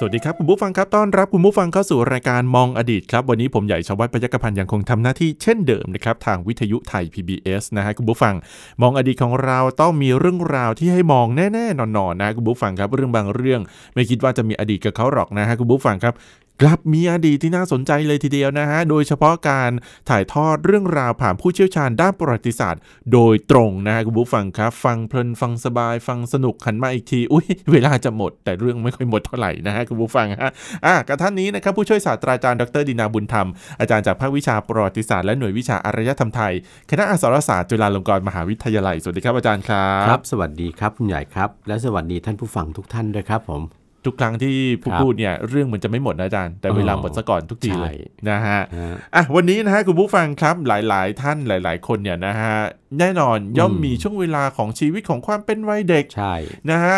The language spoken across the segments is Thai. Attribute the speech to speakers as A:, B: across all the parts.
A: สวัสดีครับ คุณผู้ฟังครับต้อนรับคุณผู้ฟังเข้าสู่รายการมองอดีตครับ วันนี้ผมใหญ่ชวัฒน์พยัคฆพันธ์ยังคงทำหน้าที่เช่นเดิมนะครับ ทางวิทยุไทย PBS นะฮะคุณผู้ฟัง มองอดีตของเราต้องมีเรื่องราวที่ให้มองแน่ๆนอนๆนะคุณผู้ฟังครับเรื่องบางเรื่อง ไม่คิดว่าจะมีอดีตกับเขาหรอกนะฮะคุณผู้ฟังครับ กลับมีอดีตที่น่าสนใจเลยทีเดียวนะฮะ โดยเฉพาะการถ่ายทอดเรื่องราวผ่านผู้เชี่ยวชาญด้านประวัติศาสตร์ โดยตรงนะฮะคุณผู้ฟังครับ ฟังเพลินฟังสบายฟังสนุกหันมาอีกที อุ้ยเวลาจะหมด แต่เรื่องไม่ค่อยหมดเท่าไหร่นะฮะคุณผู้ฟังฮะอ่ะกับท่านนี้นะครับผู้ช่วยศาสตราจารย์ดรดินาบุญธรรม อาจารย์จากภาควิชาประวัติศาสตร์และหน่วยวิชาอารยธรรมไทย คณะอักษรศาสตร์จุฬาลงกรณ์มหาวิทยาลัยสวัสดีครับอาจารย์ครับ
B: ครับสวัสดีครับคุณใหญ่ครับ และสวัสดีท่านผู้ฟังทุกท่านด้วยครับผม
A: ทุกครั้งที่ผู้
B: ครับ
A: พูดเนี่ยเรื่องมันจะไม่หมดนะอาจารย์ แต่
B: อ๋อ
A: เวลาหมดซะก่อนทุกทีเลย
B: ใช่
A: นะฮะ
B: นะฮะ
A: อ่ะวันนี้นะฮะคุณผู้ฟังครับหลาย ๆ ท่านหลาย ๆ คนเนี่ยนะฮะแน่นอนย่อม
B: อืม
A: มีช่วงเวลาของชีวิตของความเป็นวัยเด็ก
B: ใช่
A: นะฮะ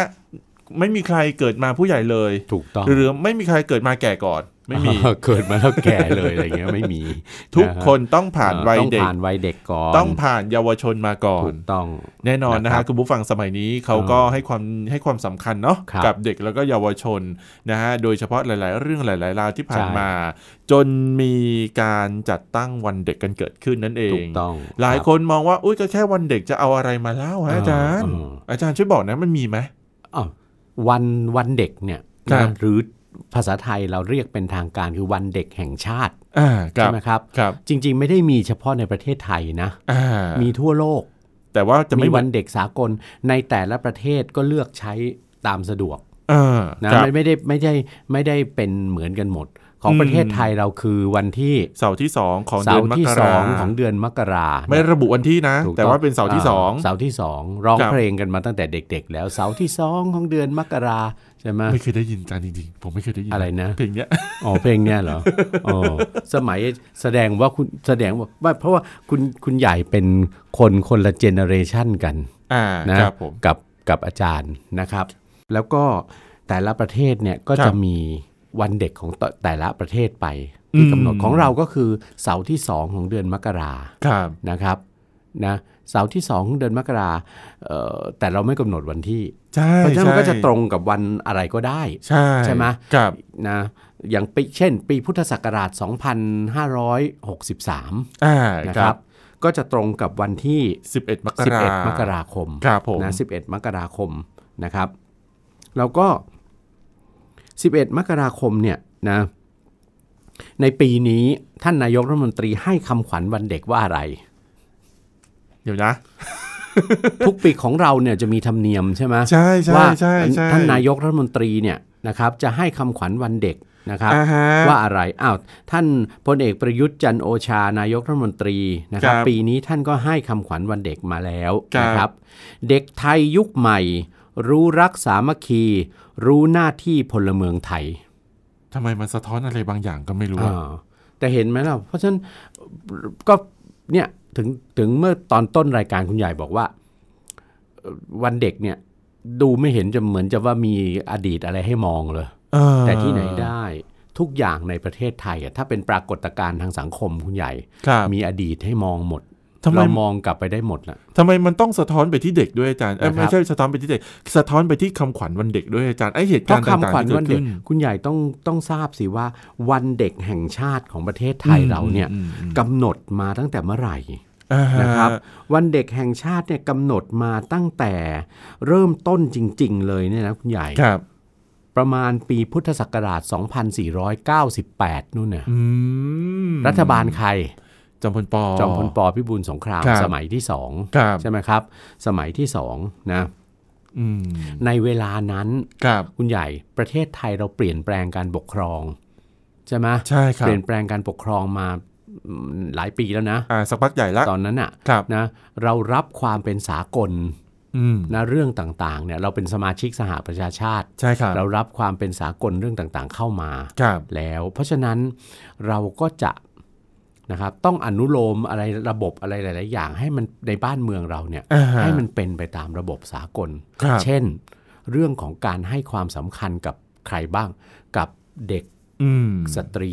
A: ไม่มีใครเกิดมาผู้ใหญ่เลย
B: ถูกต้อง
A: หรือไม่มีใครเกิดมาแก่ก่อน ไม่ มี
B: เออเกิดมาแล้วแก่เลยอะไรเงี้ยไม่มี
A: ทุก
B: ะฮะ
A: คนต้องผ่าน
B: อ่อ
A: วัย
B: ต้อง
A: เด็ก
B: ผ่านวัยเด็กก่อน
A: ต้องผ่านเยาวชนมาก่อ
B: ถู
A: น
B: กต้อง
A: แน่นอนนะ
B: นะครั
A: ฮะ
B: บ
A: คุณผู้ฟังสมัยนี้เขาก็ให้ความให้ความสำคัญเนาะ
B: ครับ
A: กับเด็กแล้วก็เยาวชนนะฮะโดยเฉพาะหลาย ๆ เรื่องหลาย ๆ ราวที่ผ่าน
B: ใช่
A: มา จนมีการจัดตั้งวันเด็กกันเกิดขึ้นนั่นเอ
B: ถู
A: ง
B: กต้อง
A: หลายครับ นมองว่า อุ้ยก็แค่วันเด็กจะเอาอะไรมาเล่าฮะ
B: เออ
A: อาจารย์
B: เออ
A: อาจารย์ช่วยบอกนะมันมีไหม
B: อ้าววันวันเด็กเนี่ย
A: ครั
B: นะ
A: บ
B: หรือภาษาไทยเราเรียกเป็นทางการคือวันเด็กแห่งชาติ
A: อ่าครั
B: ใช่
A: บ
B: ไหมครับ
A: ครับ
B: จริง ๆ ไม่ได้มีเฉพาะในประเทศไทยนะ
A: อ่า
B: มีทั่วโลก
A: แต่ว่าจะ
B: มี
A: ไม่เหมื
B: วั
A: อน
B: นเด็กสากลในแต่ละประเทศก็เลือกใช้ตามสะดวก
A: อ่า
B: นะครับ ไม่ไม่ได้ไม่ได้ไม่ได้เป็นเหมือนกันหมด ของ
A: อืม
B: ประเทศไทยเราคือวันที่
A: เสาร์ที่สองของ
B: เสา
A: เดือน
B: ร์
A: ม
B: ที่
A: ก
B: ส
A: รา
B: องของเดือนมกรา
A: ไม่ระบุวันที่นะ
B: ถูกอง
A: แต่ว่าเป็นเสาร์ที่สอง
B: าเสาร์ที่สองร้อง
A: ครับ
B: เพลงกันมาตั้งแต่เด็ก ๆ แล้วเสาร์ที่สองของเดือนมกราใช่ไหม
A: ไม่เคยได้ยินอาจารย์จริง ๆ ผมไม่เคยได้ยิน
B: อะไรนะ
A: เพลงเนี้ย
B: อ๋อเพลงเนี้ยเหรออ๋อสมัยแสดงว่าคุณแสดงว่าว่าเพราะว่าคุณคุณใหญ่เป็นคนคนละเจเนอเรชันกัน
A: อ่า
B: นะครับ
A: ผม
B: กับกับอาจารย์นะครับ แล้วก็แต่ละประเทศเนี่ยก็
A: ครับ
B: จะมีวันเด็กของตแต่ละประเทศไปที่
A: อืม
B: กำหนดของเราก็คือเสาร์ที่ 2 ของเดือนมกรา
A: ครับ
B: นะครับนะเสาร์ที่2ของเดือนมกราเอ่อแต่เราไม่กำหนดวันที่
A: ใช่
B: เพราะฉะนั้นมันก็
A: ใช่
B: จะตรงกับวันอะไรก็ได้
A: ใช่
B: ใช่ไหม
A: ครับ
B: นะอย่างปีเช่น ปีพุทธศักราช 2563
A: อ่า
B: นะ
A: ค
B: ค
A: รั
B: รั
A: บบ
B: ก็จะตรงกับวันที่
A: สิบเอ็ดมกรา
B: 11 มกราคม
A: ครับผม
B: นะ11 มกราคมนะครับ แล้วก็ 11 มกราคมเนี่ยนะ ในปีนี้ท่านนายกรัฐมนตรีให้คำขวัญวันเด็กว่าอะไร
A: เดี๋ยวนะ
B: ทุกปีของเราเนี่ยจะมีธรรมเนียมใช่ไหม
A: ใช่ใช่
B: ว่า
A: ใช่ใช่
B: ท่านนายกรัฐมนตรีเนี่ยนะครับ จะให้คำขวัญวันเด็กนะครับ
A: อ่าฮะ
B: ว่าอะไร อ้าว ท่านพลเอกประยุทธ์จันทร์โอชานายกรัฐมนตรีนะครับ
A: ครับ
B: ปีนี้ท่านก็ให้คำขวัญวันเด็กมาแล้ว
A: ครับ
B: นะครับ เด็กไทยยุคใหม่ รู้รักสามัคคี รู้หน้าที่พลเมืองไทย
A: ทำไมมันสะท้อนอะไรบางอย่างก็ไม่รู้อะ
B: อ่าแต่เห็นไหมล่ะ เพราะฉะนั้นก็เนี่ยถึงถึงเมื่อตอนต้นรายการคุณใหญ่บอกว่าเอ่อวันเด็กเนี่ยดูไม่เห็นจะเหมือนจะว่ามีอดีตอะไรให้มองเลย
A: เออ
B: แต่ที่ไหนได้ทุกอย่างในประเทศไทยอะถ้าเป็นปรากฏการณ์ทางสังคมคุณใหญ่
A: ครับ
B: มีอดีตให้มองหมด
A: ทำไม
B: เรามองกลับไปได้หมดละ
A: ทำไมมันต้องสะท้อนไปที่เด็กด้วยอาจารย์เอ้ย
B: นะครับ
A: ไม่ใช่สะท้อนไปที่เด็ก สะท้อนไปที่คำขวัญวันเด็กด้วยอาจารย์ไอเหตุ
B: เพ
A: การ
B: ราะ
A: ณ์ต่าง
B: คำขวั
A: ๆ
B: ญ
A: ที่เกิ
B: วัน
A: ด
B: เด็
A: ขึ้
B: ก
A: น
B: คุณใหญ่ต้องต้องทราบสิว่า วันเด็กแห่งชาติของประเทศไทยเราเนี่ย
A: อืมอืม
B: กำหนดมาตั้งแต่เมื่อไหร่
A: อ่าฮ
B: นะครับ วันเด็กแห่งชาติเนี่ยกำหนดมาตั้งแต่เริ่มต้นจริง ๆ เลยเนี่ยนะคุณใหญ่
A: ครับ
B: ประมาณปีพุทธศักราช 2498 นู่นน่ะ
A: อืม
B: รัฐบาลใคร
A: จอมพลป
B: จอมพลปพิบูลสงคราม
A: ครับ
B: สมัยที่สอง
A: ครับ
B: ใช่ไหมครับ สมัยที่สองนะ
A: อืม
B: ในเวลานั้น
A: ครับ
B: คุณใหญ่ประเทศไทยเราเปลี่ยนแปลงการปกครองใช่ไหม
A: ใช่ครับ
B: เปลี่ยนแปลงการปกครองมาอืมหลายปีแล้วนะ
A: อ่าสักพักใหญ่ละ
B: ตอนนั้นอ่ะ
A: ครับ
B: นะเรารับความเป็นสากล
A: อืม
B: นะเรื่องต่างๆเนี่ยเราเป็นสมาชิกสหประชาชาติ
A: ใช่ครับ
B: เรารับความเป็นสากลเรื่องต่างๆเข้ามา
A: ครับ
B: แล้วเพราะฉะนั้นเราก็จะ นะครับต้องอนุโลมอะไรระบบอะไรหลาย ๆ อย่างให้มันในบ้านเมืองเราเนี่ย
A: อ่าฮะ
B: ให้มันเป็นไปตามระบบสากล
A: ครับ
B: เช่น เรื่องของการให้ความสำคัญกับใครบ้าง กับเด็ก
A: อืม
B: สตรี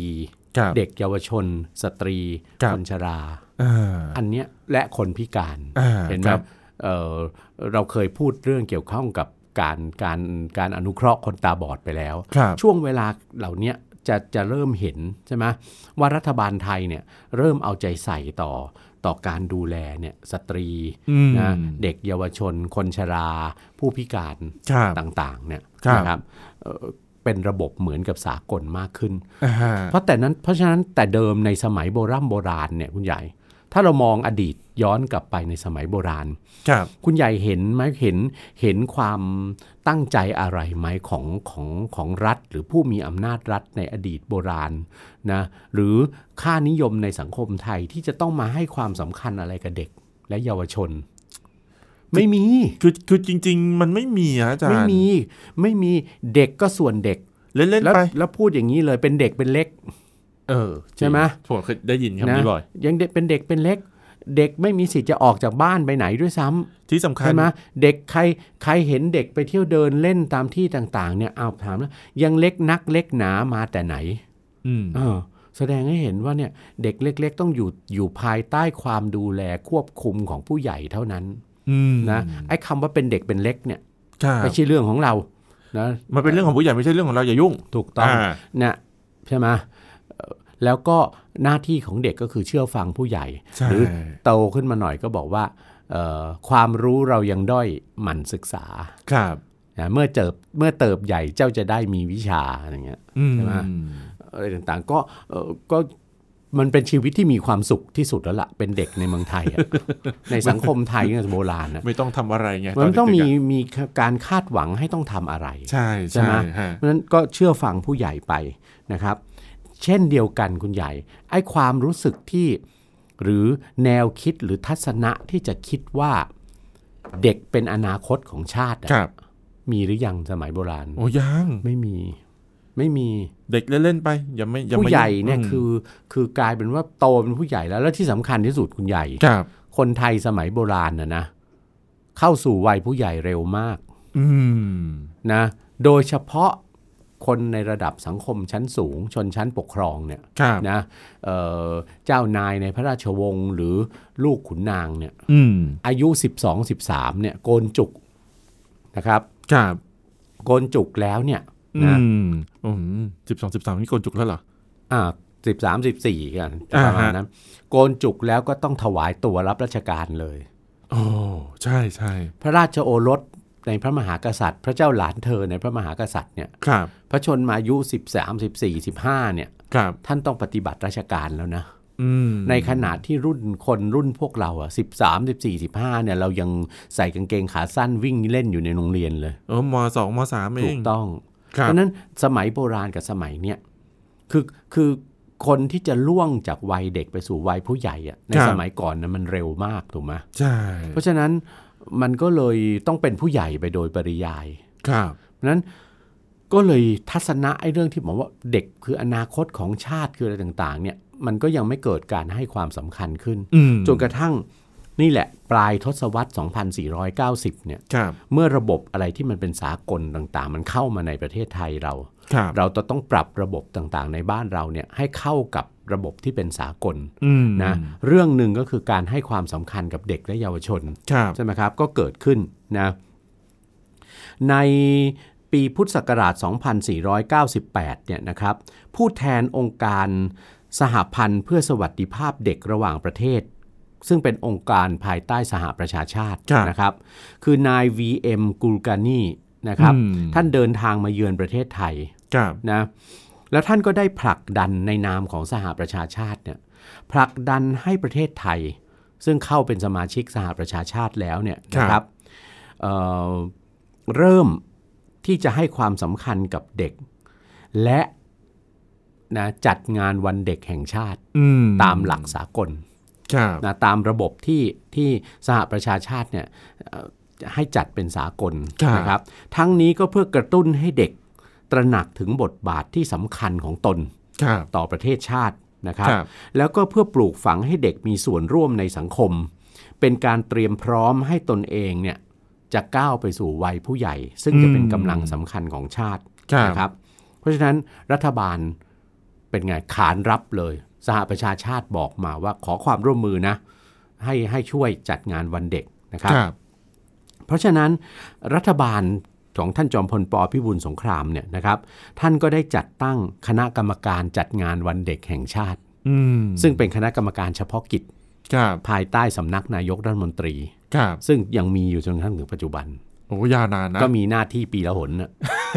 A: ครับ
B: เด็กเยาวชน สตรี
A: ครับ
B: นชรา
A: อ่า
B: อันเนี้ยและคนพิการ
A: อ่า
B: เห็นไหม
A: ครับ
B: เอ่อเราเคยพูดเรื่องเกี่ยวข้องกับการการการอนุเคราะห์คนตาบอดไปแล้ว
A: ครับ
B: ช่วงเวลาเหล่าเนี้ยจะจะเริ่มเห็นใช่ไหมว่ารัฐบาลไทยเนี่ยเริ่มเอาใจใส่ต่อต่อการดูแลเนี่ยสตรี
A: อืม
B: นะเด็กเยาวชน คนชรา ผู้พิการ
A: ครับ
B: ต่างๆเนี่ย
A: ครับ
B: นะครับเอ่อเป็นระบบเหมือนกับสากลมากขึ้น
A: อ่าฮะ
B: เพราะแต่นั้นเพราะฉะนั้นแต่เดิมในสมัยโบราณโบราณเนี่ยคุณใหญ่ ถ้าเรามองอดีตย้อนกลับไปในสมัยโบราณ
A: ครับ
B: คุณใหญ่เห็นไหมเห็นเห็นความตั้งใจอะไรไหมของของของรัฐ หรือผู้มีอำนาจรัฐในอดีตโบราณนะหรือค่านิยมในสังคมไทยที่จะต้องมาให้ความสำคัญอะไรกับเด็กและเยาวชน ไม่มี
A: คือคือจริง ๆ มันไม่มีอะอาจารย์
B: ไม่มีไม่มีเด็กก็ส่วนเด็ก
A: เล่น
B: แล้
A: ๆ
B: ว
A: ไป
B: แล้วพูดอย่างนี้เลยเป็นเด็กเป็นเล็ก
A: เออ
B: ใช่ไหม
A: ผมเคยได้ยินคำนี้บ่อย
B: นะยังเด็กเป็นเด็กเป็นเล็ก เด็กไม่มีสิทธิ์จะออกจากบ้านไปไหนด้วยซ้
A: ที่สำ
B: ำ
A: คัญ
B: ใช่ไหมเด็กใครใครเห็นเด็กไปเที่ยวเดินเล่นตามที่ต่างๆเนี่ยเอาถามนะยังเล็กนักเล็กหนามาแต่ไหน
A: อืม
B: เออแสดงให้เห็นว่าเนี่ยเด็กเล็ก ๆ ต้องอยู่อยู่ภายใต้ความดูแลควบคุมของผู้ใหญ่เท่านั้น
A: อืม
B: นะไอ้คำว่าเป็นเด็กเป็นเล็กเนี่ย
A: ครับ
B: ไม่ใช่เรื่องของเรานะ
A: มันเป็นเรื่องของผู้ใหญ่ไม่ใช่เรื่องของเราอย่ายุ่ง
B: ถูกต้อง
A: า
B: นะใช่ไหมเอ่อแล้วก็หน้าที่ของเด็กก็คือเชื่อฟังผู้ใหญ่
A: ใช่
B: หรือโตขึ้นมาหน่อยก็บอกว่าเอ่อความรู้เรายังด้อยหมั่นศึกษา
A: ครับ
B: นะเมื่อเจิบเมื่อเติบใหญ่เจ้าจะได้มีวิชาอะไรเงี้ย
A: อืม
B: ใช่ไหม อะไรต่างๆก็เอ่อก็มันเป็นชีวิตที่มีความสุขที่สุดแล้วละ่ะเป็นเด็กในเมืองไทยอะ ในสังคมไทยเนี่ยโบราณนะ
A: ไม่ต้องทำอะไรไง
B: มันต้อง
A: เด็
B: มี
A: กๆะ
B: มีการคาดหวังให้ต้องทำอะไร
A: ใช่
B: ใช่
A: ใช่
B: ไหม
A: ฮะ
B: เพราะฉะนั้นก็เชื่อฟังผู้ใหญ่ไปนะครับ เช่นเดียวกันคุณใหญ่ ไอ้ความรู้สึกที่หรือแนวคิดหรือทัศนะที่จะคิดว่าเด็กเป็นอนาคตของชาติอะ
A: ครับ
B: มีหรือยังสมัยโบราณ
A: โอ้ยัง
B: ไม่มีไม่มี
A: เด็กเล่นๆไปอย่าไม่อย่า
B: ผู้
A: มา
B: ใหญ่เนี่ย
A: ม
B: คือคือกลายเป็นว่าโตเป็นผู้ใหญ่แล้วแล้วที่สำคัญที่สุดคุณใหญ่
A: ครับ
B: คนไทยสมัยโบราณนะนะเข้าสู่วัยผู้ใหญ่เร็วมาก
A: อืม
B: นะโดยเฉพาะคนในระดับสังคมชั้นสูง ชนชั้นปกครองเนี่ย
A: ครับ
B: นะเอ่อเจ้านายในพระราชวงศ์หรือลูกขุนนางเนี่ย
A: อืม
B: อายุ 12 13เนี่ยโกนจุกนะครับ
A: ครับ
B: โกนจุกแล้วเนี่ย
A: อื
B: นะ
A: มอืมสิบสองสิบสามนี่โกนจุกแล้วเหรอ
B: อ่าสิบสามสิบสี่กัน
A: อ่า
B: ป
A: ฮะ
B: ระมาณนั้นโกนจุกแล้วก็ต้องถวายตัวรับราชการเลย
A: โอ้ใช่ใช่
B: พระราชโอรสในพระมหากษัตริย์ พระเจ้าหลานเธอในพระมหากษัตริย์เนี่ย
A: ครับ
B: พระชนมายุ 13 14 15เนี่ย
A: ครับ
B: ท่านต้องปฏิบัติราชการแล้วนะ
A: อืม
B: ในขณะที่รุ่นคนรุ่นพวกเราอ่ะสิบสามสิบสี่สิบห้าเนี่ยเรายังใส่กางเกงขาสั้นวิ่งเล่นอยู่ในโรงเรียนเลย
A: เออมสองมสามเอ
B: ถู
A: ง
B: กต้อง
A: ครับ
B: เพราะฉะนั้นสมัยโบราณกับสมัยเนี่ยคือคือคนที่จะล่วงจากวัยเด็กไปสู่วัยผู้ใหญ่อ่ะในสมัยก่อนนะมันเร็วมากถูกไหม
A: ใช่
B: เพราะฉะนั้นมันก็เลยต้องเป็นผู้ใหญ่ไปโดยปริยาย
A: ครับ
B: เพราะฉะนั้นก็เลยทัศนะไอ้เรื่องที่บอกว่าเด็กคืออนาคตของชาติคืออะไรต่างๆเนี่ยมันก็ยังไม่เกิดการให้ความสำคัญขึ้น
A: อืม
B: จนกระทั่งนี่แหละ ปลายทศวรรษ 2490 เนี่ย
A: ครับ
B: เมื่อระบบอะไรที่มันเป็นสากลต่างๆ มันเข้ามาในประเทศไทยเรา
A: ครับ
B: เราจะต้องปรับระบบต่างๆ ในบ้านเราเนี่ยให้เข้ากับระบบที่เป็นสากล
A: อืม
B: นะเรื่องหนึ่งก็คือการให้ความสำคัญกับเด็กและเยาวชน
A: ครับ
B: ใช่ไหมครับ ก็เกิดขึ้นนะ ในปีพุทธศักราช 2498 เนี่ยนะครับ ผู้แทนองค์การสหพันธ์เพื่อสวัสดิภาพเด็กระหว่างประเทศ ซึ่งเป็นองค์การภายใต้สหประชาชาตินะครับ คือนาย VM กูลกานีนะครับ
A: อืม
B: ท่านเดินทางมาเยือนประเทศไทย
A: ครับ
B: นะแล้วท่านก็ได้ผลักดันในนามของสหประชาชาติเนี่ยผลักดันให้ประเทศไทย ซึ่งเข้าเป็นสมาชิกสหประชาชาติแล้วเนี่ยนะค
A: ครั
B: รับบ เอ่อเริ่มที่จะให้ความสำคัญกับเด็ก และนะจัดงานวันเด็กแห่งชาติ
A: อืม
B: ตามหลักสากล
A: ครับ
B: นะตามระบบที่ที่สหประชาชาติเนี่ยเอ่อให้จัดเป็นสากล
A: ครับ
B: นะครับทั้งนี้ก็เพื่อกระตุ้นให้เด็กตระหนักถึงบทบาทที่สำคัญของตน
A: ครับ
B: ต่อประเทศชาติ นะครับ แล้วก็เพื่อปลูกฝังให้เด็กมีส่วนร่วมในสังคม เป็นการเตรียมพร้อมให้ตนเองเนี่ยจะก้าวไปสู่วัยผู้ใหญ่ ซึ่งจะเป็น
A: อืม
B: กำลังสำคัญของชาติ
A: ครับ
B: นะครับ เพราะฉะนั้นรัฐบาลเป็นไงขานรับเลย สหประชาชาติบอกมาว่าขอความร่วมมือนะ ให้ให้ช่วยจัดงานวันเด็กนะครั
A: ค
B: บ
A: รับ
B: เพราะฉะนั้นรัฐบาลของท่านจอมพลปพิบูลสงครามเนี่ยนะครับ ท่านก็ได้จัดตั้งคณะกรรมการจัดงานวันเด็กแห่งชาติ
A: อืม
B: ซึ่งเป็นคณะกรรมการเฉพาะกิจ
A: ครับ
B: ภายใต้สำนักนายกรัฐมนตรี
A: ครับ
B: ซึ่งยังมีอยู่จนกระทั่งถึงปัจจุบัน
A: โอ้ยาวนานนะ
B: ก็มีหน้าที่ปีละหนน่ะ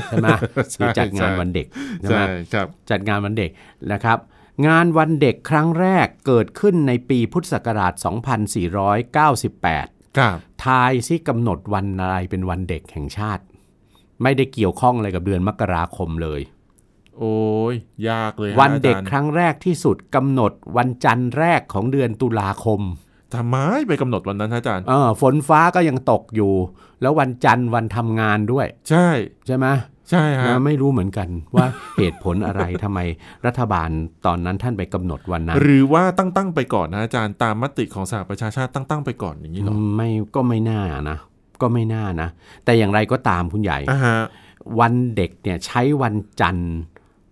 B: ใช่ไหม
A: ใช่
B: คือจัดงานวันเด็กใช่ไหม
A: ใช่ครับ
B: จัดงานวันเด็กนะครับ งานวันเด็กครั้งแรกเกิดขึ้นในปีพุทธศักราช
A: ค
B: 2498
A: รับ
B: ทายซิกำหนดวันอะไรเป็นวันเด็กแห่งชาติ ไม่ได้เกี่ยวข้องอะไรกับเดือนมกราคมเลย
A: โอ้ยยากเลยฮะ
B: วันเด็ก
A: อาจาย์
B: ครั้งแรกที่สุดกำหนดวันจันทร์แรกของเดือนตุลาคม
A: ทำไมไปกำหนดวันนั้นฮะอาจารย์
B: เออฝนฟ้าก็ยังตกอยู่ แล้ววันจันทร์วันทำงานด้วย
A: ใช่
B: ใช่ไหม
A: ใช่ฮะ
B: นะไม่รู้เหมือนกันว่า เหตุผลอะไร ทำไมรัฐบาลตอนนั้นท่านไปกำหนดวันนั้น
A: หรือว่าตั้งตั้งๆไปก่อนนะอาจารย์ตามมติของสหประชาชาติตั้งตั้งๆไปก่อนอย่างนี้เหรอ
B: ไม่ก็ไม่น่านะ ก็ไม่น่านะ แต่อย่างไรก็ตามคุณใหญ่
A: อ่าฮะ
B: วันเด็กเนี่ยใช้วันจันทร์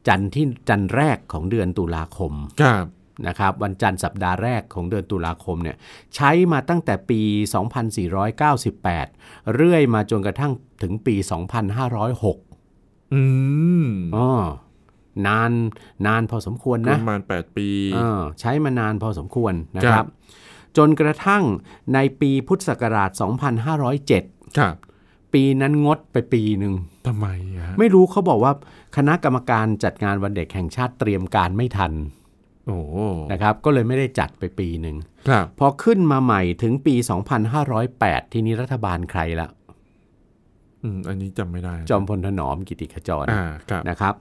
B: จันทร์ที่จันทร์แรกของเดือนตุลาคม
A: ครับ
B: นะครับวันจันทร์สัปดาห์แรกของเดือนตุลาคมเนี่ยใช้มาตั้งแต่ปี 2498 เรื่อยมาจนกระทั่งถึงปี 2506
A: อืม
B: อ๋อนานนานพอสมควร
A: ป
B: นะ
A: ระมาณ 8 ปี
B: เออใช้มานานพอสมควรนะค
A: ครั
B: รับ
A: บ
B: จนกระทั่งในปีพุทธศักราช 2507
A: ครับ
B: ปีนั้นงดไปปีหนึ่ง
A: ทำไมอะฮะ
B: ไม่รู้เขาบอกว่าคณะกรรมการจัดงานวันเด็กแห่งชาติเตรียมการไม่ทัน
A: โอ้โห
B: นะครับ ก็เลยไม่ได้จัดไปปีหนึ่ง
A: ครับ
B: พอขึ้นมาใหม่ถึงปี 2508 ทีนี้รัฐบาลใครละ
A: อืมอันนี้จำไม่ได้
B: จอมพลถนอมกิติขจร
A: อ่าครับ
B: นะครับ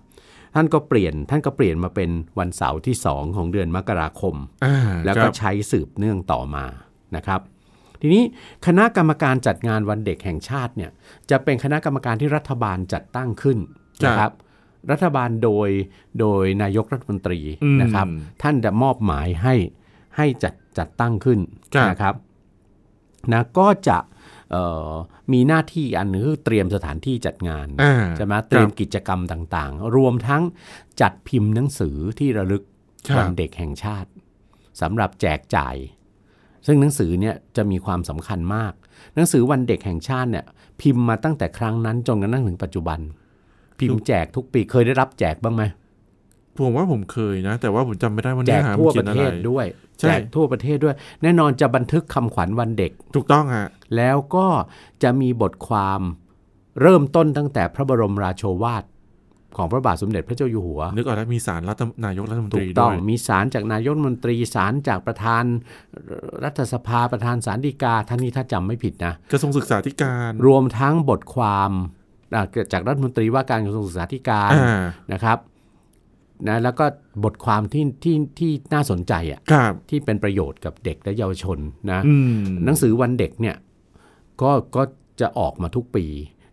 B: ท่านก็เปลี่ยนท่านก็เปลี่ยนมาเป็นวันเสาร์ที่ 2 ของเดือนมกราคม
A: อ่า
B: แล้ว
A: ค
B: ก็
A: รับ
B: ใช้สืบเนื่องต่อมานะครับ ทีนี้คณะกรรมการจัดงานวันเด็กแห่งชาติเนี่ยจะเป็นคณะกรรมการที่รัฐบาลจัดตั้งขึ้นนะครับ รัฐบาลโดยโดยนายกรัฐมนตรี
A: อืม
B: นะครับ ท่านจะมอบหมายให้ให้จัดจัดตั้งขึ้น
A: ครับ
B: นะครับนะก็จะเอ่อมีหน้าที่อันหนึงคือเตรียมสถานที่จัดงาน
A: อ่า
B: ใช่ไหมเตรียมกิจกรรมต่างๆ รวมทั้งจัดพิมพ์หนังสือที่ระลึก
A: ครั
B: วั
A: บ
B: นเด็กแห่งชาติสำหรับแจกจ่าย ซึ่งหนังสือเนี่ยจะมีความสำคัญมาก หนังสือวันเด็กแห่งชาติเนี่ยพิมพ์มาตั้งแต่ครั้งนั้นจนกระทั่งถึงปัจจุบัน พิมพ์แจกทุกปีเคยได้รับแจกบ้างไหม
A: ผมว่าผมเคยนะ แต่ว่าผมจำไม่ได้ว่า
B: แจ
A: เนื้อก หามั
B: ทั่วน
A: เขีย
B: ป
A: น
B: ระ
A: อะ
B: เท
A: ไร
B: ศด้วย
A: ใช่
B: แจกทั่วประเทศด้วย แน่นอนจะบันทึกคำขวัญวันเด็ก
A: ถูกต้องฮะ
B: แล้วก็จะมีบทความเริ่มต้นตั้งแต่พระบรมราโชวาทของพระบาทสมเด็จพระเจ้าอยู่หัว
A: นึกออกแล้วมีสารรัฐนายกรัฐมนต
B: ถู
A: รี
B: ก
A: ด้
B: ต้อ
A: ว
B: ง
A: ย
B: มีสารจากนายกรัฐมนตรีสารจากประธานเอ่อรัฐสภาประธานสารดีกาท่านนี้ถ้าจำไม่ผิดนะ
A: กระทรวงศึกษาธิการ
B: รวมทั้งบทความอ่าเกิดจากรัฐมนตรีว่าการกระทรวงศึกษาธิการ
A: อ่า
B: นะครับนะแล้วก็บทความที่ที่ที่น่าสนใจอ่ะ
A: ครับ
B: ที่เป็นประโยชน์กับเด็กและเยาวชนนะ
A: อืม
B: หนังสือวันเด็กเนี่ยก็ก็จะออกมาทุกปี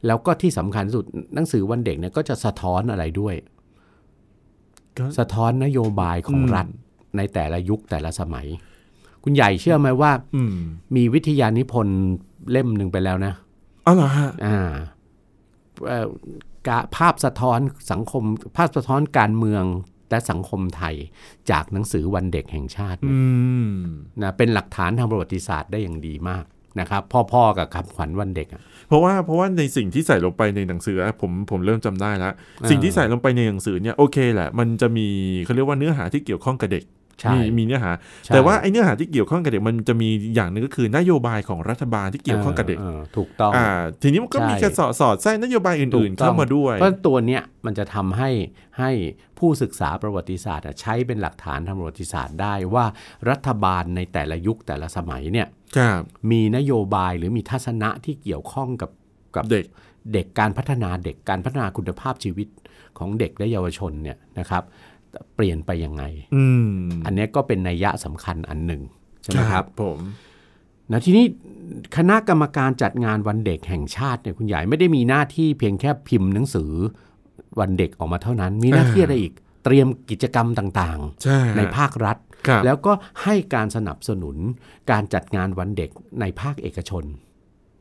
B: แล้วก็ที่สำคัญสุดหนังสือวันเด็กเนี่ยก็จะสะท้อนอะไรด้วย
A: ก็
B: สะท้อนนโยบายของ
A: อืม
B: รัฐในแต่ละยุคแต่ละสมัย คุณใหญ่เชื่อไหมว่า
A: อืม
B: มีวิทยานิพนธ์เล่มหนึ่งไปแล้วนะ
A: อ๋อเหรอฮะ
B: อ่าเอ่อการภาพสะท้อนสังคม ภาพสะท้อนการเมืองและสังคมไทยจากหนังสือวันเด็กแห่งชาติ
A: อืม
B: นะเป็นหลักฐานทางประวัติศาสตร์ได้อย่างดีมากนะครับ พ่อๆกับคำขวัญวันเด็กอะ
A: เพราะว่าเพราะว่าในสิ่งที่ใส่ลงไปในหนังสือผมผมเริ่มจำได้ละสิ่งที่ใส่ลงไปในหนังสือเนี่ยโอเคแหละมันจะมีเขาเรียกว่าเนื้อหาที่เกี่ยวข้องกับเด็ก
B: ใช่
A: มีมีเนื้อหา
B: ใช่
A: แต่ว่าไอ้เนื้อหาที่เกี่ยวข้องกับเด็กมันจะมีอย่างหนึงก็คือนโยบายของรัฐบาลที่เกี่ยวข้องกับเด็ก
B: ถูกต้อง
A: อ่า ทีนี้มันก็
B: ใช่
A: มีการสอดสอดแทรกนโยบาย
B: ถู
A: อื่น
B: ก
A: ๆ
B: ต้อง
A: เข้ามาด้วย
B: เพราะตัวเนี้ยมันจะทำให้ให้ผู้ศึกษาประวัติศาสตร์อะใช้เป็นหลักฐานทางประวัติศาสตร์ได้ว่ารัฐบาลในแต่ละยุคแต่ละสมัยเนี่ย
A: ครับ
B: มีนโยบายหรือมีทัศนะที่เกี่ยวข้องกับกับ
A: เด็ก
B: เด็กการพัฒนาเด็กการพัฒนาคุณภาพชีวิตของเด็กและเยาวชนเนี่ยนะครับ เปลี่ยนไปยังไง
A: อืม
B: อันเนี้ยก็เป็นนัยยะสำคัญอันหนึ่งใช่ไหมครับ
A: ผม
B: นะทีนี้คณะกรรมการจัดงานวันเด็กแห่งชาติเนี่ยคุณใหญ่ไม่ได้มีหน้าที่เพียงแค่พิมพ์หนังสือวันเด็กออกมาเท่านั้น มีหน้าที่อะไรอีก เตรียมกิจกรรมต่าง
A: ใช่
B: ๆ ในภาครัฐ
A: ครับ
B: แล้วก็ให้การสนับสนุนการจัดงานวันเด็กในภาคเอกชน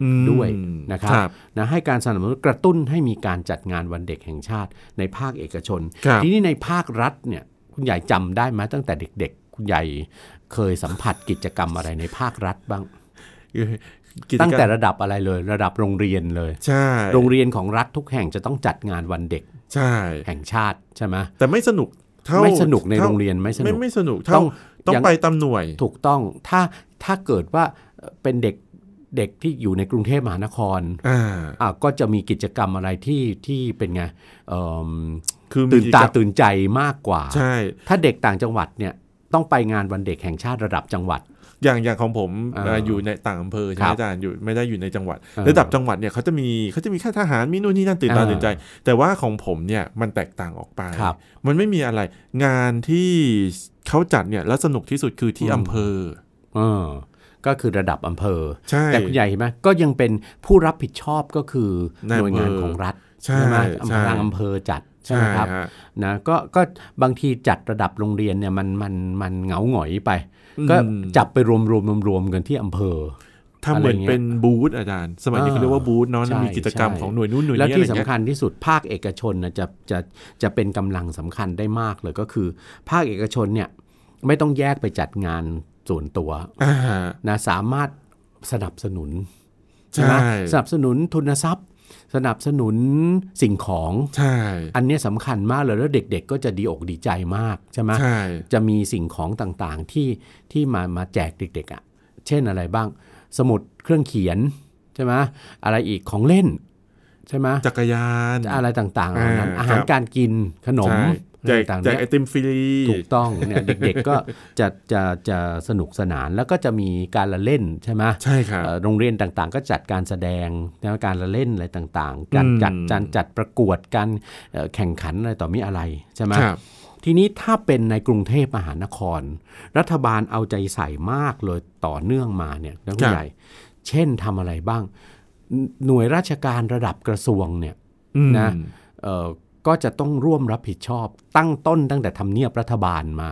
A: อืม
B: ด้วยนะครับ
A: ครับ
B: นะให้การสนับสนุนกระตุ้นให้มีการจัดงานวันเด็กแห่งชาติในภาคเอกชน
A: ครับ
B: ทีนี้ในภาครัฐเนี่ยคุณใหญ่จำได้ไหมตั้งแต่เด็กๆ คุณใหญ่เคยสัมผัสกิจกรรมอะไรในภาครัฐบ้าง
A: กิจกรรม
B: ตั้งแต่ระดับอะไรเลย ระดับโรงเรียนเลย
A: ใช่
B: โรงเรียนของรัฐทุกแห่งจะต้องจัดงานวันเด็ก
A: ใช่
B: แห่งชาติใช่ไหม
A: แต่ไม่สนุกเท่า
B: ไม่สนุกใน
A: ท่า
B: โรงเรียนไม่ส
A: ไม่
B: นุก
A: ไม่สนุก
B: ต้
A: เท่า
B: อง
A: ต้อง
B: ยัง
A: ไปตามหน่วย
B: ถูกต้องถ้าถ้าเกิดว่าเอ่อเป็นเด็กเด็กที่อยู่ในกรุงเทพมหานคร
A: อ่า
B: อ่ะก็จะมีกิจกรรมอะไรที่ที่เป็นไงเอิ่ม
A: คือมี
B: ตื่นตา
A: กิจกรรม
B: ตื่นใจมากกว่า
A: ใช่
B: ถ้าเด็กต่างจังหวัดเนี่ยต้องไปงานวันเด็กแห่งชาติระดับจังหวัด
A: อย่างอย่างของผม
B: เออ
A: เอ่ออยู่ในต่างอำเภอใช่
B: ค
A: ไหม
B: รับ
A: อาจารย์อยู่ไม่ได้อยู่ในจังหวัด
B: เออ
A: ระดับจังหวัดเนี่ยเขาจะมีเขาจะมีค่าทหารมีนู่นนี่นั่นตื่นตา
B: เออ
A: ตื่นใจ แต่ว่าของผมเนี่ยมันแตกต่างออกไป
B: ครับ
A: มันไม่มีอะไร งานที่เขาจัดเนี่ยแล้วสนุกที่สุดคือที่
B: อืม
A: อำเภอ
B: เออก็คือระดับอำเภอ
A: ใช่
B: แต่คุณใหญ่เห็นไหมก็ยังเป็นผู้รับผิดชอบก็คือหน่วยงานของรัฐ
A: ใช่
B: ไหม
A: ใช่
B: ทางอำเภอจัดใช่ไหมครับ
A: ฮะ
B: นะก็ก็บางทีจัดระดับโรงเรียนเนี่ยมันมันมันเหงาหงอยไป ก็
A: อืม
B: จับไปรวมรวมรวมรวมกันที่อำเภอ
A: ทำเหมือน
B: อะไรเงี้ย
A: เป็นบูธอาจารย์ สมัยนี้
B: เออ
A: เขาเรียกว่าบูธเนาะ
B: ใช่
A: มีกิจกรรม
B: ใช่
A: ของหน่วยนู้นหน่วย
B: แล้ว
A: นี้อะ
B: ที่
A: ไร
B: สำ
A: เงี้ย
B: คัญที่สุดภาคเอกชนนะจะจะจะเป็นกำลังสำคัญได้มากเลยก็คือ ภาคเอกชนเนี่ยไม่ต้องแยกไปจัดงานส่วนตัว
A: อ่า
B: นะสามารถสนับสนุน
A: ใช่
B: ไหมสนับสนุนทุนทรัพย์ สนับสนุนสิ่งของ
A: ใช่
B: อันเนี้ยสำคัญมากเลยแล้วเด็กๆ ก็จะดีอกดีใจมากใช่ไหม
A: ใช่
B: จะมีสิ่งของต่างๆที่ที่มามาแจกเด็กๆอะ่ะเช่นอะไรบ้าง สมุดเครื่องเขียนใช่ไหมอะไรอีกของเล่นใช่ไหม
A: จักรยาน
B: อะไรต่างๆเหล่านั้น
A: อ่า
B: อาหาร
A: ครับ
B: การกินขนม
A: ใช่
B: อะ
A: แจก
B: ไรต่างๆ
A: แจก
B: เนี่
A: ไอย ติมฟรี
B: ถูกต้องเนี่ยเด็กๆก็จะจะจะสนุกสนานแล้วก็จะมีการละเล่นใช่ไหม
A: ใช่ครับ
B: เอ่อโรงเรียนต่างๆ ก็จัดการแสดงนะการละเล่นอะไรต่างๆ การจัด
A: อืม
B: การจัดประกวดการเอ่อแข่งขันอะไรต่อมีอะไรใช่ไหม
A: ครับ
B: ทีนี้ถ้าเป็นในกรุงเทพมหานคร รัฐบาลเอาใจใส่มากเลยต่อเนื่องมาเนี่ยนะ
A: ค
B: คุ
A: รั
B: ณ
A: บ
B: ใหญ่เช่นทำอะไรบ้าง หน่วยราชการระดับกระทรวงเนี่ย
A: อืม
B: นะ เอ่อก็จะต้องร่วมรับผิดชอบ ตั้งต้นตั้งแต่ทำเนียบรัฐบาลมา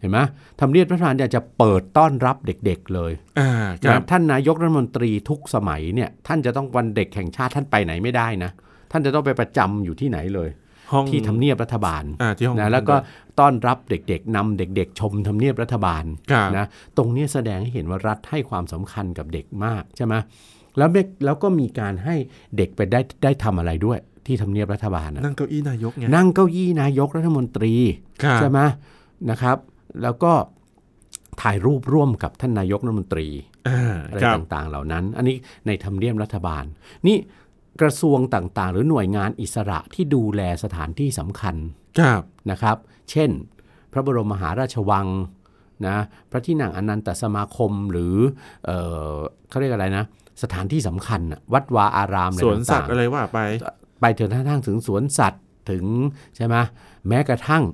B: เห็นไหมทำเนียบรัฐบาลอยากจะเปิดต้อนรับเด็กๆเลย
A: อ่าค
B: นะ
A: รับ
B: ท่านนายกรัฐมนตรีทุกสมัยเนี่ยท่านจะต้องวันเด็กแห่งชาติท่านไปไหนไม่ได้นะ ท่านจะต้องไปประจำอยู่ที่ไหนเลย
A: ห้อง
B: ที่ทำเนียบรัฐบาล
A: อ่าที่ห้อง
B: นะแล้วก็ต้อนรับเด็กๆนำเด็กๆ ชมทำเนียบรัฐบาล
A: ครับ
B: นะตรงเนี้ยแสดงให้เห็นว่ารัฐให้ความสำคัญกับเด็กมากใช่ไหมแล้วเด็กแล้วก็มีการให้เด็กไปได้ได้ทำอะไรด้วย ที่ทำเนียบรัฐบาลนะ
A: นั่งเก้าอี้นายกไง
B: นั่งเก้าอี้นายกรัฐมนตรี
A: ครับ
B: ใช่ไหมนะครับ แล้วก็ถ่ายรูปร่วมกับท่านนายกรัฐมนตรี
A: อ่า
B: อะไร
A: ครับ
B: ต่างๆ เหล่านั้น อันนี้ในทำเนียบรัฐบาล นี่กระทรวงต่างๆ หรือหน่วยงานอิสระที่ดูแลสถานที่สำคัญ
A: ครับ
B: นะครับ เช่น พระบรมมหาราชวังนะพระที่นั่งอนันตสมาคมหรือเออเขาเรียกอะไรนะ สถานที่สำคัญน่ะวัดวาอารามอะไร
A: สวนสัต
B: ต่าง
A: ว์อะไรว่าไป
B: ๆไปถึงทั้งถึงสวนสัตว์ถึงใช่ไหมแม้กระทั่ง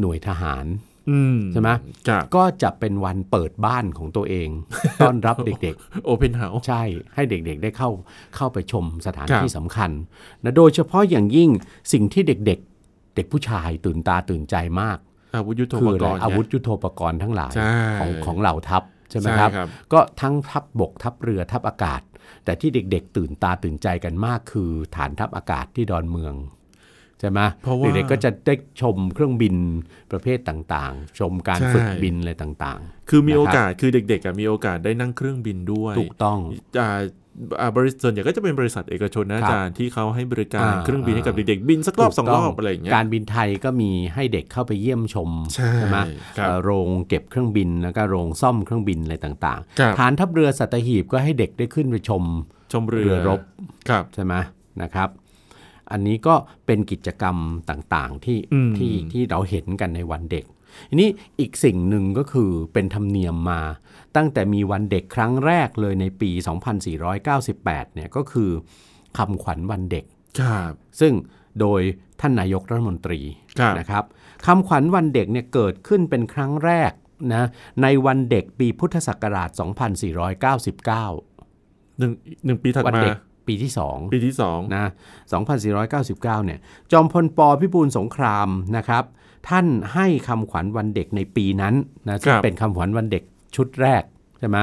B: หน่วยทหาร
A: อืม
B: ใช่ไหม
A: ครับ
B: ก็จะเป็นวันเปิดบ้านของตัวเอง ต้อนรับเด็ก
A: โอเพนเฮาส์
B: ๆ ใช่ ให้เด็กๆได้เข้าเข้าไปชมสถาน
A: ครับ
B: ที่สำคัญนะโดยเฉพาะอย่างยิ่งสิ่งที่เด็กๆ เด็กผู้ชายตื่นตาตื่นใจมาก
A: อาวุธยุทโธ
B: คื
A: ป
B: ออะ
A: ก
B: ไร
A: รณ์
B: อาวุธ
A: ไง
B: ยุโทโธปกรณ์ทั้งหลาย
A: ใช่
B: ของของเหล่าทัพใช่ไหม
A: ใช่
B: ครับ
A: ครับ
B: ก็ทั้งทัพบกทัพเรือทัพอากาศ แต่ที่เด็กๆ ตื่นตาตื่นใจกันมากคือฐานทัพอากาศที่ดอนเมืองใช่ไหม
A: เพราะว่า
B: เด็กๆก็จะได้ชมเครื่องบินประเภทต่างๆ ชมการ
A: ใช่
B: ฝึกบินอะไรต่าง
A: คือมี
B: นะครับ
A: โอกาสคือเด็กๆอ่ะมีโอกาสได้นั่งเครื่องบินด้วย
B: ๆ ถูกต้อง
A: อ่าอ่าบริษัทส่วนใหญ่ก็จะเป็นบริษัทเอกชนนะครับอาจารย์ที่เขาให้บริการ
B: อ่า
A: เครื่องบินให้กับเด็กๆบินสักรอบสองรอบอะไรอย่างเงี้ย
B: การบินไทยก็มีให้เด็กเข้าไปเยี่ยมชม
A: ใช่
B: ใช่ไหม
A: ครับ
B: เอ่อโรงเก็บเครื่องบินแล้วก็โรงซ่อมเครื่องบินอะไรต่าง
A: ครับ
B: ฐานทัพเรือสัตหีบก็ให้เด็กได้ขึ้นไปชม
A: ชมเรือ
B: เรือรบ
A: ครับ
B: ใช่ไหมนะครับ อันนี้ก็เป็นกิจกรรมต่างๆที่
A: อืม
B: ที่ที่เราเห็นกันในวันเด็กทีนี้อีกสิ่งหนึ่งก็คือเป็นธรรมเนียมมา ตั้งแต่มีวันเด็กครั้งแรกเลยในปี 2498 เนี่ยก็คือคำขวัญวันเด็ก
A: ครับ
B: ซึ่งโดยท่านนายกรัฐมนตรี
A: ครับ
B: นะครับคำขวัญวันเด็กเนี่ยเกิดขึ้นเป็นครั้งแรกนะในวันเด็กปีพุทธศักราช 2499
A: หนึ่งหนึ่งปีถัด
B: วั
A: มา
B: เด็กปีที่ 2
A: ปีที่สอง
B: นะ 2499 เนี่ย จอมพลปพิบูลสงครามนะครับ ท่านให้คำขวัญวันเด็กในปีนั้นนะซึ่ง
A: ครับ
B: เป็นคำขวัญวันเด็กชุดแรกใช่ไหม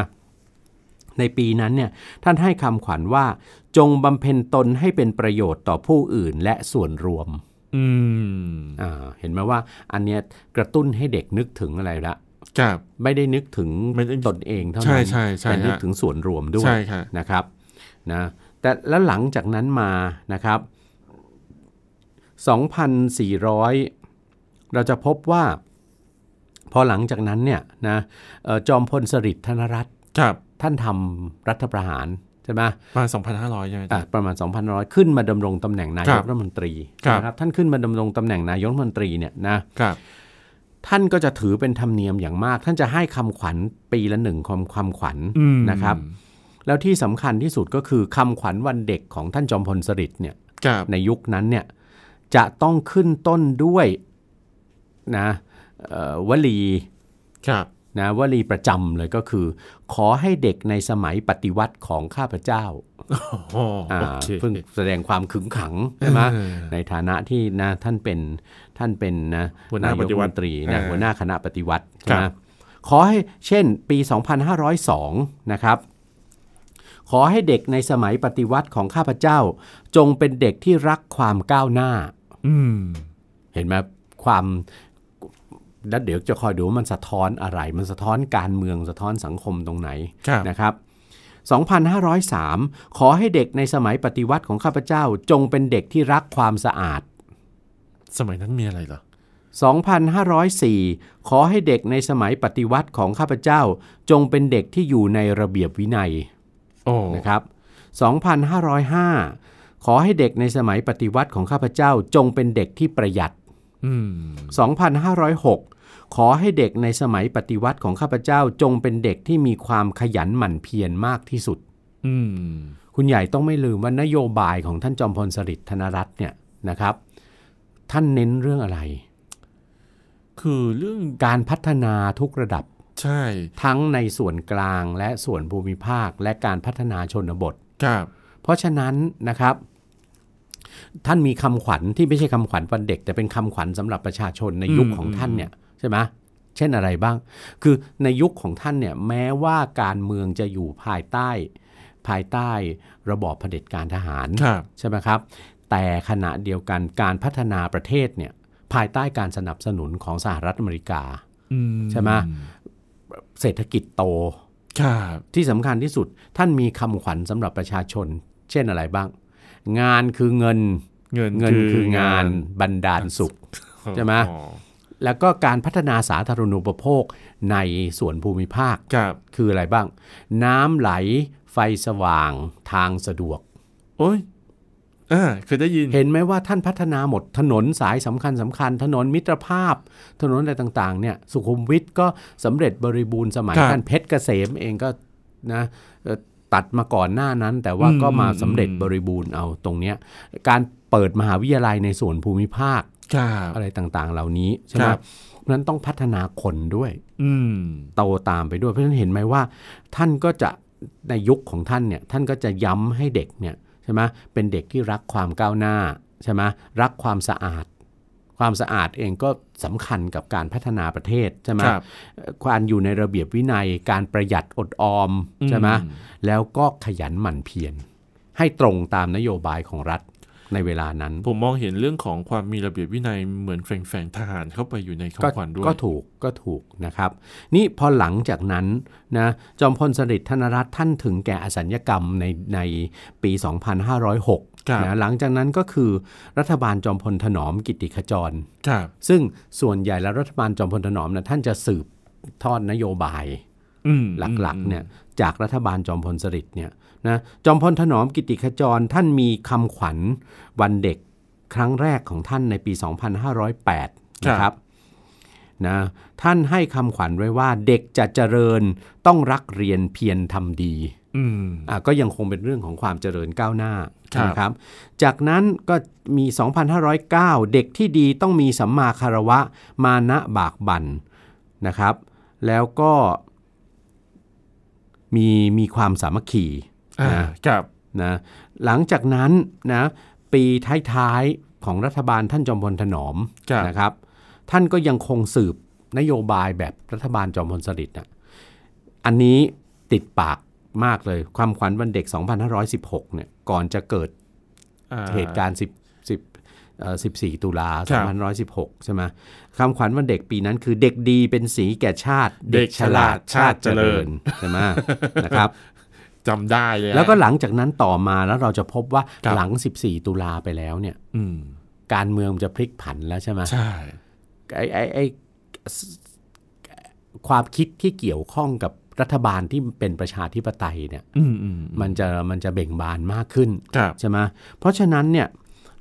B: ในปีนั้นเนี่ยท่านให้คำขวัญว่า จงบำเพ็ญตนให้เป็นประโยชน์ต่อผู้อื่นและส่วนรวม
A: อืม
B: อ่าเห็นไหมว่าอันเนี้ยกระตุ้นให้เด็กนึกถึงอะไรละ
A: ครับ
B: ไม่ได้นึกถึง
A: ไม่ได้
B: ตนเองเท่า
A: ใช่
B: นั้น
A: ใช่ใช่
B: แต่นึก
A: ฮะ
B: ถึงส่วนรวมด้วย
A: ใช่ค่ะ
B: นะครับนะแต่แล้วหลังจากนั้นมานะครับ 2,400 เราจะพบว่า พอหลังจากนั้นเนี่ยนะเอ่อจอมพลสฤษดิ์ธนรัตน์
A: ครับ
B: ท่านทำรัฐประหารใช่ไหม
A: ประมาณ2,500 ใช่ไหมอาจา
B: อ่ะ
A: รย์
B: ประมาณ 2,100 ขึ้นมาดำรงตำแหน่งนา
A: ค
B: ย
A: รั
B: ก
A: บ
B: รัฐมนตรี
A: ครับ
B: นะครับท่านขึ้นมาดำรงตำแหน่งนายกรัฐมนตรีเนี่ยนะครับ ท่านก็จะถือเป็นธรรมเนียมอย่างมาก ท่านจะให้คำขวัญปีละหนึ่งคำคำขวัญ
A: อืม
B: นะครับ แล้วที่สำคัญที่สุดก็คือคำขวัญวันเด็กของท่านจอมพลสฤษดิ์เนี่ย
A: ครับ
B: ในยุคนั้นเนี่ยจะต้องขึ้นต้นด้วยนะเอ่อวลี
A: ครับ
B: นะวลีประจำเลยก็คือ ขอให้เด็กในสมัยปฏิวัติของข้าพเจ้า
A: โอ้โห
B: อ่า
A: โอเค
B: เพิ่งแสดงความขึงขังใช่ไหม
A: เออ
B: ในฐานะที่นะท่านเป็นท่านเป็นนะ
A: หัวหน้าย
B: ก
A: ปฏิวัติ
B: รัฐมนตรีนะ
A: อ่า
B: หัวหน้าคณะปฏิวัติ
A: ครับ
B: นะขอให้เช่นปี 2502 นะครับ ขอให้เด็กในสมัยปฏิวัติของข้าพเจ้า จงเป็นเด็กที่รักความก้าวหน้า
A: อืม
B: เห็นไหมความแล้วเดี๋ยวจะคอยดูว่ามันสะท้อนอะไร มันสะท้อนการเมืองสะท้อนสังคมตรงไหน
A: ครับ
B: นะครับ 2,503 ขอให้เด็กในสมัยปฏิวัติของข้าพเจ้า จงเป็นเด็กที่รักความสะอาด
A: สมัยนั้นมีอะไรเหรอ
B: 2,504 ขอให้เด็กในสมัยปฏิวัติของข้าพเจ้า จงเป็นเด็กที่อยู่ในระเบียบวินัย
A: โอ้
B: นะครับ 2,505 ขอให้เด็กในสมัยปฏิวัติของข้าพเจ้าจงเป็นเด็กที่ประหยัด
A: อืม
B: 2,506 ขอให้เด็กในสมัยปฏิวัติของข้าพเจ้าจงเป็นเด็กที่มีความขยันหมั่นเพียรมากที่สุด
A: อืม
B: คุณใหญ่ต้องไม่ลืมว่านโยบายของท่านจอมพลสฤษดิ์ธนรัตน์เนี่ยนะครับ ท่านเน้นเรื่องอะไร
A: คือเรื่อง
B: การพัฒนาทุกระดับ
A: ใช่
B: ทั้งในส่วนกลางและส่วนภูมิภาค และการพัฒนาชนบท
A: ครับ
B: เพราะฉะนั้นนะครับ ท่านมีคำขวัญที่ไม่ใช่คำขวัญวันเด็ก แต่เป็นคำขวัญสำหรับประชาชนในยุค
A: อืม
B: ของท่านเนี่ยใช่ไหมเช่นอะไรบ้าง คือในยุคของท่านเนี่ยแม้ว่าการเมืองจะอยู่ภายใต้ ภายใต้ระบอบเผด็จการทหาร
A: ครับ
B: ใช่ไหมครับ แต่ขณะเดียวกันการพัฒนาประเทศเนี่ยภายใต้การสนับสนุนของสหรัฐอเมริกา
A: อืม
B: ใช่ไหม เศรษฐกิจโต
A: ครับ
B: ที่สำคัญที่สุดท่านมีคำขวัญสำหรับประชาชน เช่นอะไรบ้าง งานคือเงิน
A: เงิน
B: เงินคืองานบันดาลสุข ใช่ไหม
A: อ๋อ
B: แล้วก็การพัฒนาสาธารณูปโภคในส่วนภูมิภาค
A: ครับ
B: คืออะไรบ้าง น้ำไหลไฟสว่างทางสะดวก
A: โอ้ยอ่าเคยได้ยิน
B: เห็นไหมว่าท่านพัฒนาหมดถนนสายสำคัญสำคัญ ถนนมิตรภาพ ถนนอะไรต่างๆเนี่ยสุขุมวิทก็สำเร็จบริบูรณ์สมัย
A: ครับ
B: ท่านเพชรเกษมเองก็นะเอ่อตัดมาก่อนหน้านั้น แต่ว่าก็มาสำเร็จบริบูรณ์เอาตรงเนี้ยการเปิดมหาวิทยาลัยในส่วนภูมิภาค
A: ครับ
B: อะไรต่างๆ เหล่านี้ใช่ไหม
A: ครับ
B: เพราะฉะนั้นต้องพัฒนาคนด้วย
A: อืม
B: โตตามไปด้วย เพราะฉะนั้นเห็นไหมว่า ท่านก็จะในยุคของท่านเนี่ยท่านก็จะย้ำให้เด็กเนี่ยใช่ไหมเป็นเด็กที่รักความก้าวหน้าใช่ไหมรักความสะอาด ความสะอาดเองก็สำคัญกับการพัฒนาประเทศใช่ไหม
A: ครับ
B: เอ่อความอยู่ในระเบียบวินัยการประหยัดอดออมใช่ไหมแล้วก็ขยันหมั่นเพียรให้ตรงตามนโยบายของรัฐในเวลานั้น
A: ผมมองเห็นเรื่องของความมีระเบียบวินัยเหมือนแฝงๆทหารเข้าไปอยู่ใน
B: ก็
A: คำขวัญด้วย
B: ก็ถูกก็ถูกนะครับ นี่พอหลังจากนั้นนะจอมพลสฤษดิ์ธนรัตน์ท่านถึงแก่อสัญญกรรมในในปี
A: ครับ
B: 2506นะหลังจากนั้นก็คือรัฐบาลจอมพลถนอมกิติขจร
A: ครับ
B: ซึ่งส่วนใหญ่แล้วรัฐบาลจอมพลถนอมนะท่านจะสืบทอดนโยบาย
A: อืม
B: หลักๆเนี่ยจากรัฐบาลจอมพลสฤษดิ์เนี่ยนะจอมพลถนอมกิติขจรท่านมีคำขวัญวันเด็กครั้งแรกของท่านในปี 2508 นะครับนะท่านให้คำขวัญไว้ว่าเด็กจะเจริญต้องรักเรียนเพียรทำดี
A: อืม
B: อ่ะก็ยังคงเป็นเรื่องของความเจริญก้าวหน้า
A: ครับ
B: นะครับ จากนั้นก็มี 2509 เด็กที่ดีต้องมีสัมมาคารวะมานะบากบั่นนะครับ แล้วก็มีมีความสามัคคี
A: อ่า
B: นะครับ นะหลังจากนั้นนะปีท้ายๆของรัฐบาลท่านจอมพลถนอม
A: ครับ
B: นะครับ ท่านก็ยังคงสืบนโยบายแบบรัฐบาลจอมพลสฤษดิ์นะอันนี้ติดปากมากเลยความขวัญวันเด็ก 2516 เนี่ยก่อนจะเกิด
A: อ่
B: เหตุการณ์ 10 10เอ่อ14 ตุลา
A: ครับ
B: 2516 ใช่ไหมคำขวัญวันเด็กปีนั้นคือเด็กดีเป็นสีแก่ชาติ
A: เด็กฉลาดชาติเจริญ
B: ใช่ไหม นะครับ
A: จำได้เลยอะ
B: แล้วก็หลังจากนั้นต่อมาแล้วเราจะพบว่า
A: ครับ
B: หลัง 14 ตุลาไปแล้วเนี่ย
A: อืม
B: การเมืองจะพลิกผันแล้วใช่ไหม
A: ใช่
B: ไอ้ไอ้ไอ้สความคิดที่เกี่ยวข้องกับรัฐบาลที่เป็นประชาธิปไตยเนี่ย
A: อืมอืม
B: มันจะมันจะเบ่งบานมากขึ้น
A: ครับ
B: ใช่ไหมเพราะฉะนั้นเนี่ย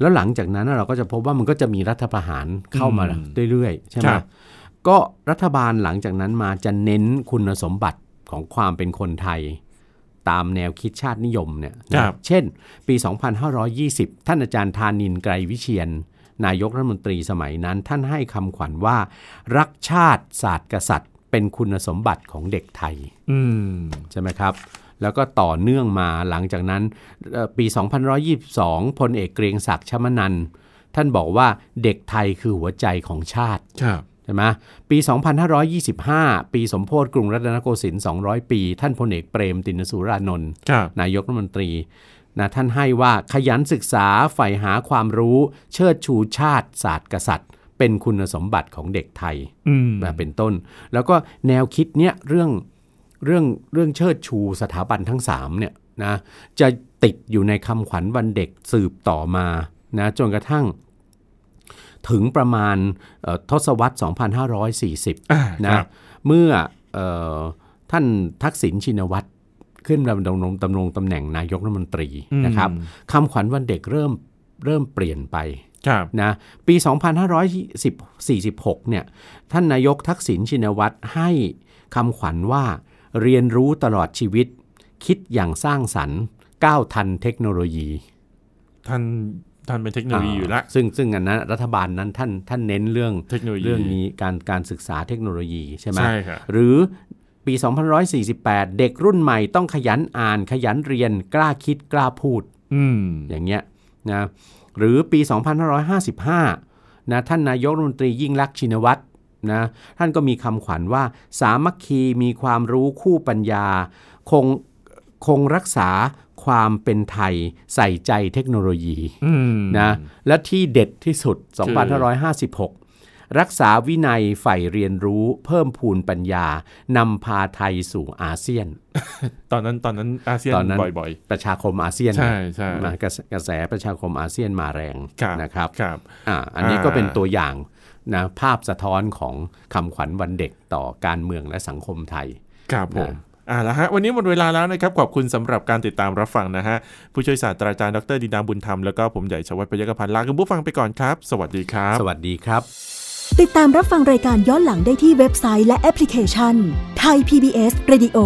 B: แล้วหลังจากนั้นน่ะเราก็จะพบว่ามันก็จะมีรัฐประหารเข้ามา
A: อืม
B: เรื่อยๆใช่ไหม
A: ครับ
B: ก็รัฐบาลหลังจากนั้นมาจะเน้นคุณสมบัติของความเป็นคนไทย ตามแนวคิดชาตินิยมเนี่ยนะครับ เช่น ปี 2520 ท่านอาจารย์ธานินทร์ไกรวิเชียน นายกรัฐมนตรีสมัยนั้น ท่านให้คำขวัญว่า รักชาติศาสตร์กษัตริย์ เป็นคุณสมบัติของเด็กไทย
A: อืม
B: ใช่ไหมครับ แล้วก็ต่อเนื่องมาหลังจากนั้นเอ่อปี 2122 พลเอกเกรียงศักดิ์ชมนันท์ท่านบอกว่าเด็กไทยคือหัวใจของชาติ
A: ครับ
B: ใช่ไหมปี 2525 ปีสมโพธกรุงรัตนโกสินทร์ 200 ปี ท่านพลเอกเปรมตินสุรานนท์
A: ครับ
B: นายกรัฐมนตรีนะท่านให้ว่าขยันศึกษาใฝ่หาความรู้ เชิดชูชาติศาสตร์กษัตริย์ เป็นคุณสมบัติของเด็กไทย
A: อืม
B: มาเป็นต้น แล้วก็แนวคิดเนี้ยเรื่องเรื่องเรื่องเชิดชูสถาบันทั้งสามเนี่ยนะจะติดอยู่ในคำขวัญวันเด็กสืบต่อมานะจนกระทั่งถึงประมาณเอ่อทศวรรษ 2540
A: อ่า
B: นะครับ เมื่อเออท่านทักษิณชินวัตรขึ้นดำรงดำรงตำแหน่งนายกรัฐมนตรี
A: อืม
B: นะครับคำขวัญวันเด็กเริ่มเริ่มเปลี่ยนไป
A: ครับ
B: นะปี 2546เนี่ยท่านนายกทักษิณชินวัตรให้คำขวัญว่า เรียนรู้ตลอดชีวิต คิดอย่างสร้างสรรค์ก้าวทันเทคโนโลยี
A: ท่าน ท่านเป็นเทคโนโลยีอยู่ละ
B: าซึ่งซึ่งอันนั้นรัฐบาลนั้นท่านท่านเน้นเรื่อง
A: เทคโนโลยี
B: เรื่องนี้การการศึกษาเทคโนโลยีใช่ไหม
A: ใช่ครับ
B: หรือปี 2148 เด็กรุ่นใหม่ต้องขยันอ่านขยันเรียนกล้าคิดกล้าพูด
A: อืม
B: อย่างเงี้ยนะหรือปี 2555นะท่านนายกรัฐมนตรียิ่งลักษณ์ชินวัตรนะท่านก็มีคำขวัญว่า สามัคคีมีความรู้คู่ปัญญา คงคงรักษาความเป็นไทยใส่ใจเทคโนโลยี
A: อืม
B: นะและที่เด็ดที่สุด 2556 รักษาวินัยใฝ่เรียนรู้เพิ่มพูนปัญญานำพาไทยสู่อาเซียน
A: ตอนนั้น ตอนนั้นอาเซียน
B: ตอนนั้น
A: บ่อย
B: ประชาคมอาเซียน
A: ๆ ใช่ใช่
B: มากระแสกระแสประชาคมอาเซียนมาแรง
A: ครับ
B: นะครับ
A: ครับ
B: อ่าอันนี้ก็
A: อ่า
B: เป็นตัวอย่างนะภาพสะท้อนของคำขวัญวันเด็กต่อการเมืองและสังคมไทย
A: ครับผมอ่าละฮะวันนี้หมดเวลาแล้วนะครับ ขอบคุณสำหรับการติดตามรับฟังนะฮะ ผู้ช่วยศาสตราจารย์ดรดินดาบุญธรรม แล้วก็ผมใหญ่ชวัฒน์พยกพันธ์ลาคุณผู้ฟังไปก่อนครับ สวัสดีครับ
B: สวัสดีครับ
C: ติดตามรับฟังรายการย้อนหลังได้ที่เว็บไซต์และแอปพลิเคชันไทย PBS Radio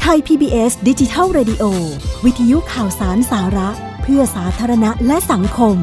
C: ไทย PBS ดิจิทัล Radio วิทยุข่าวสารสาระ เพื่อสาธารณะและสังคม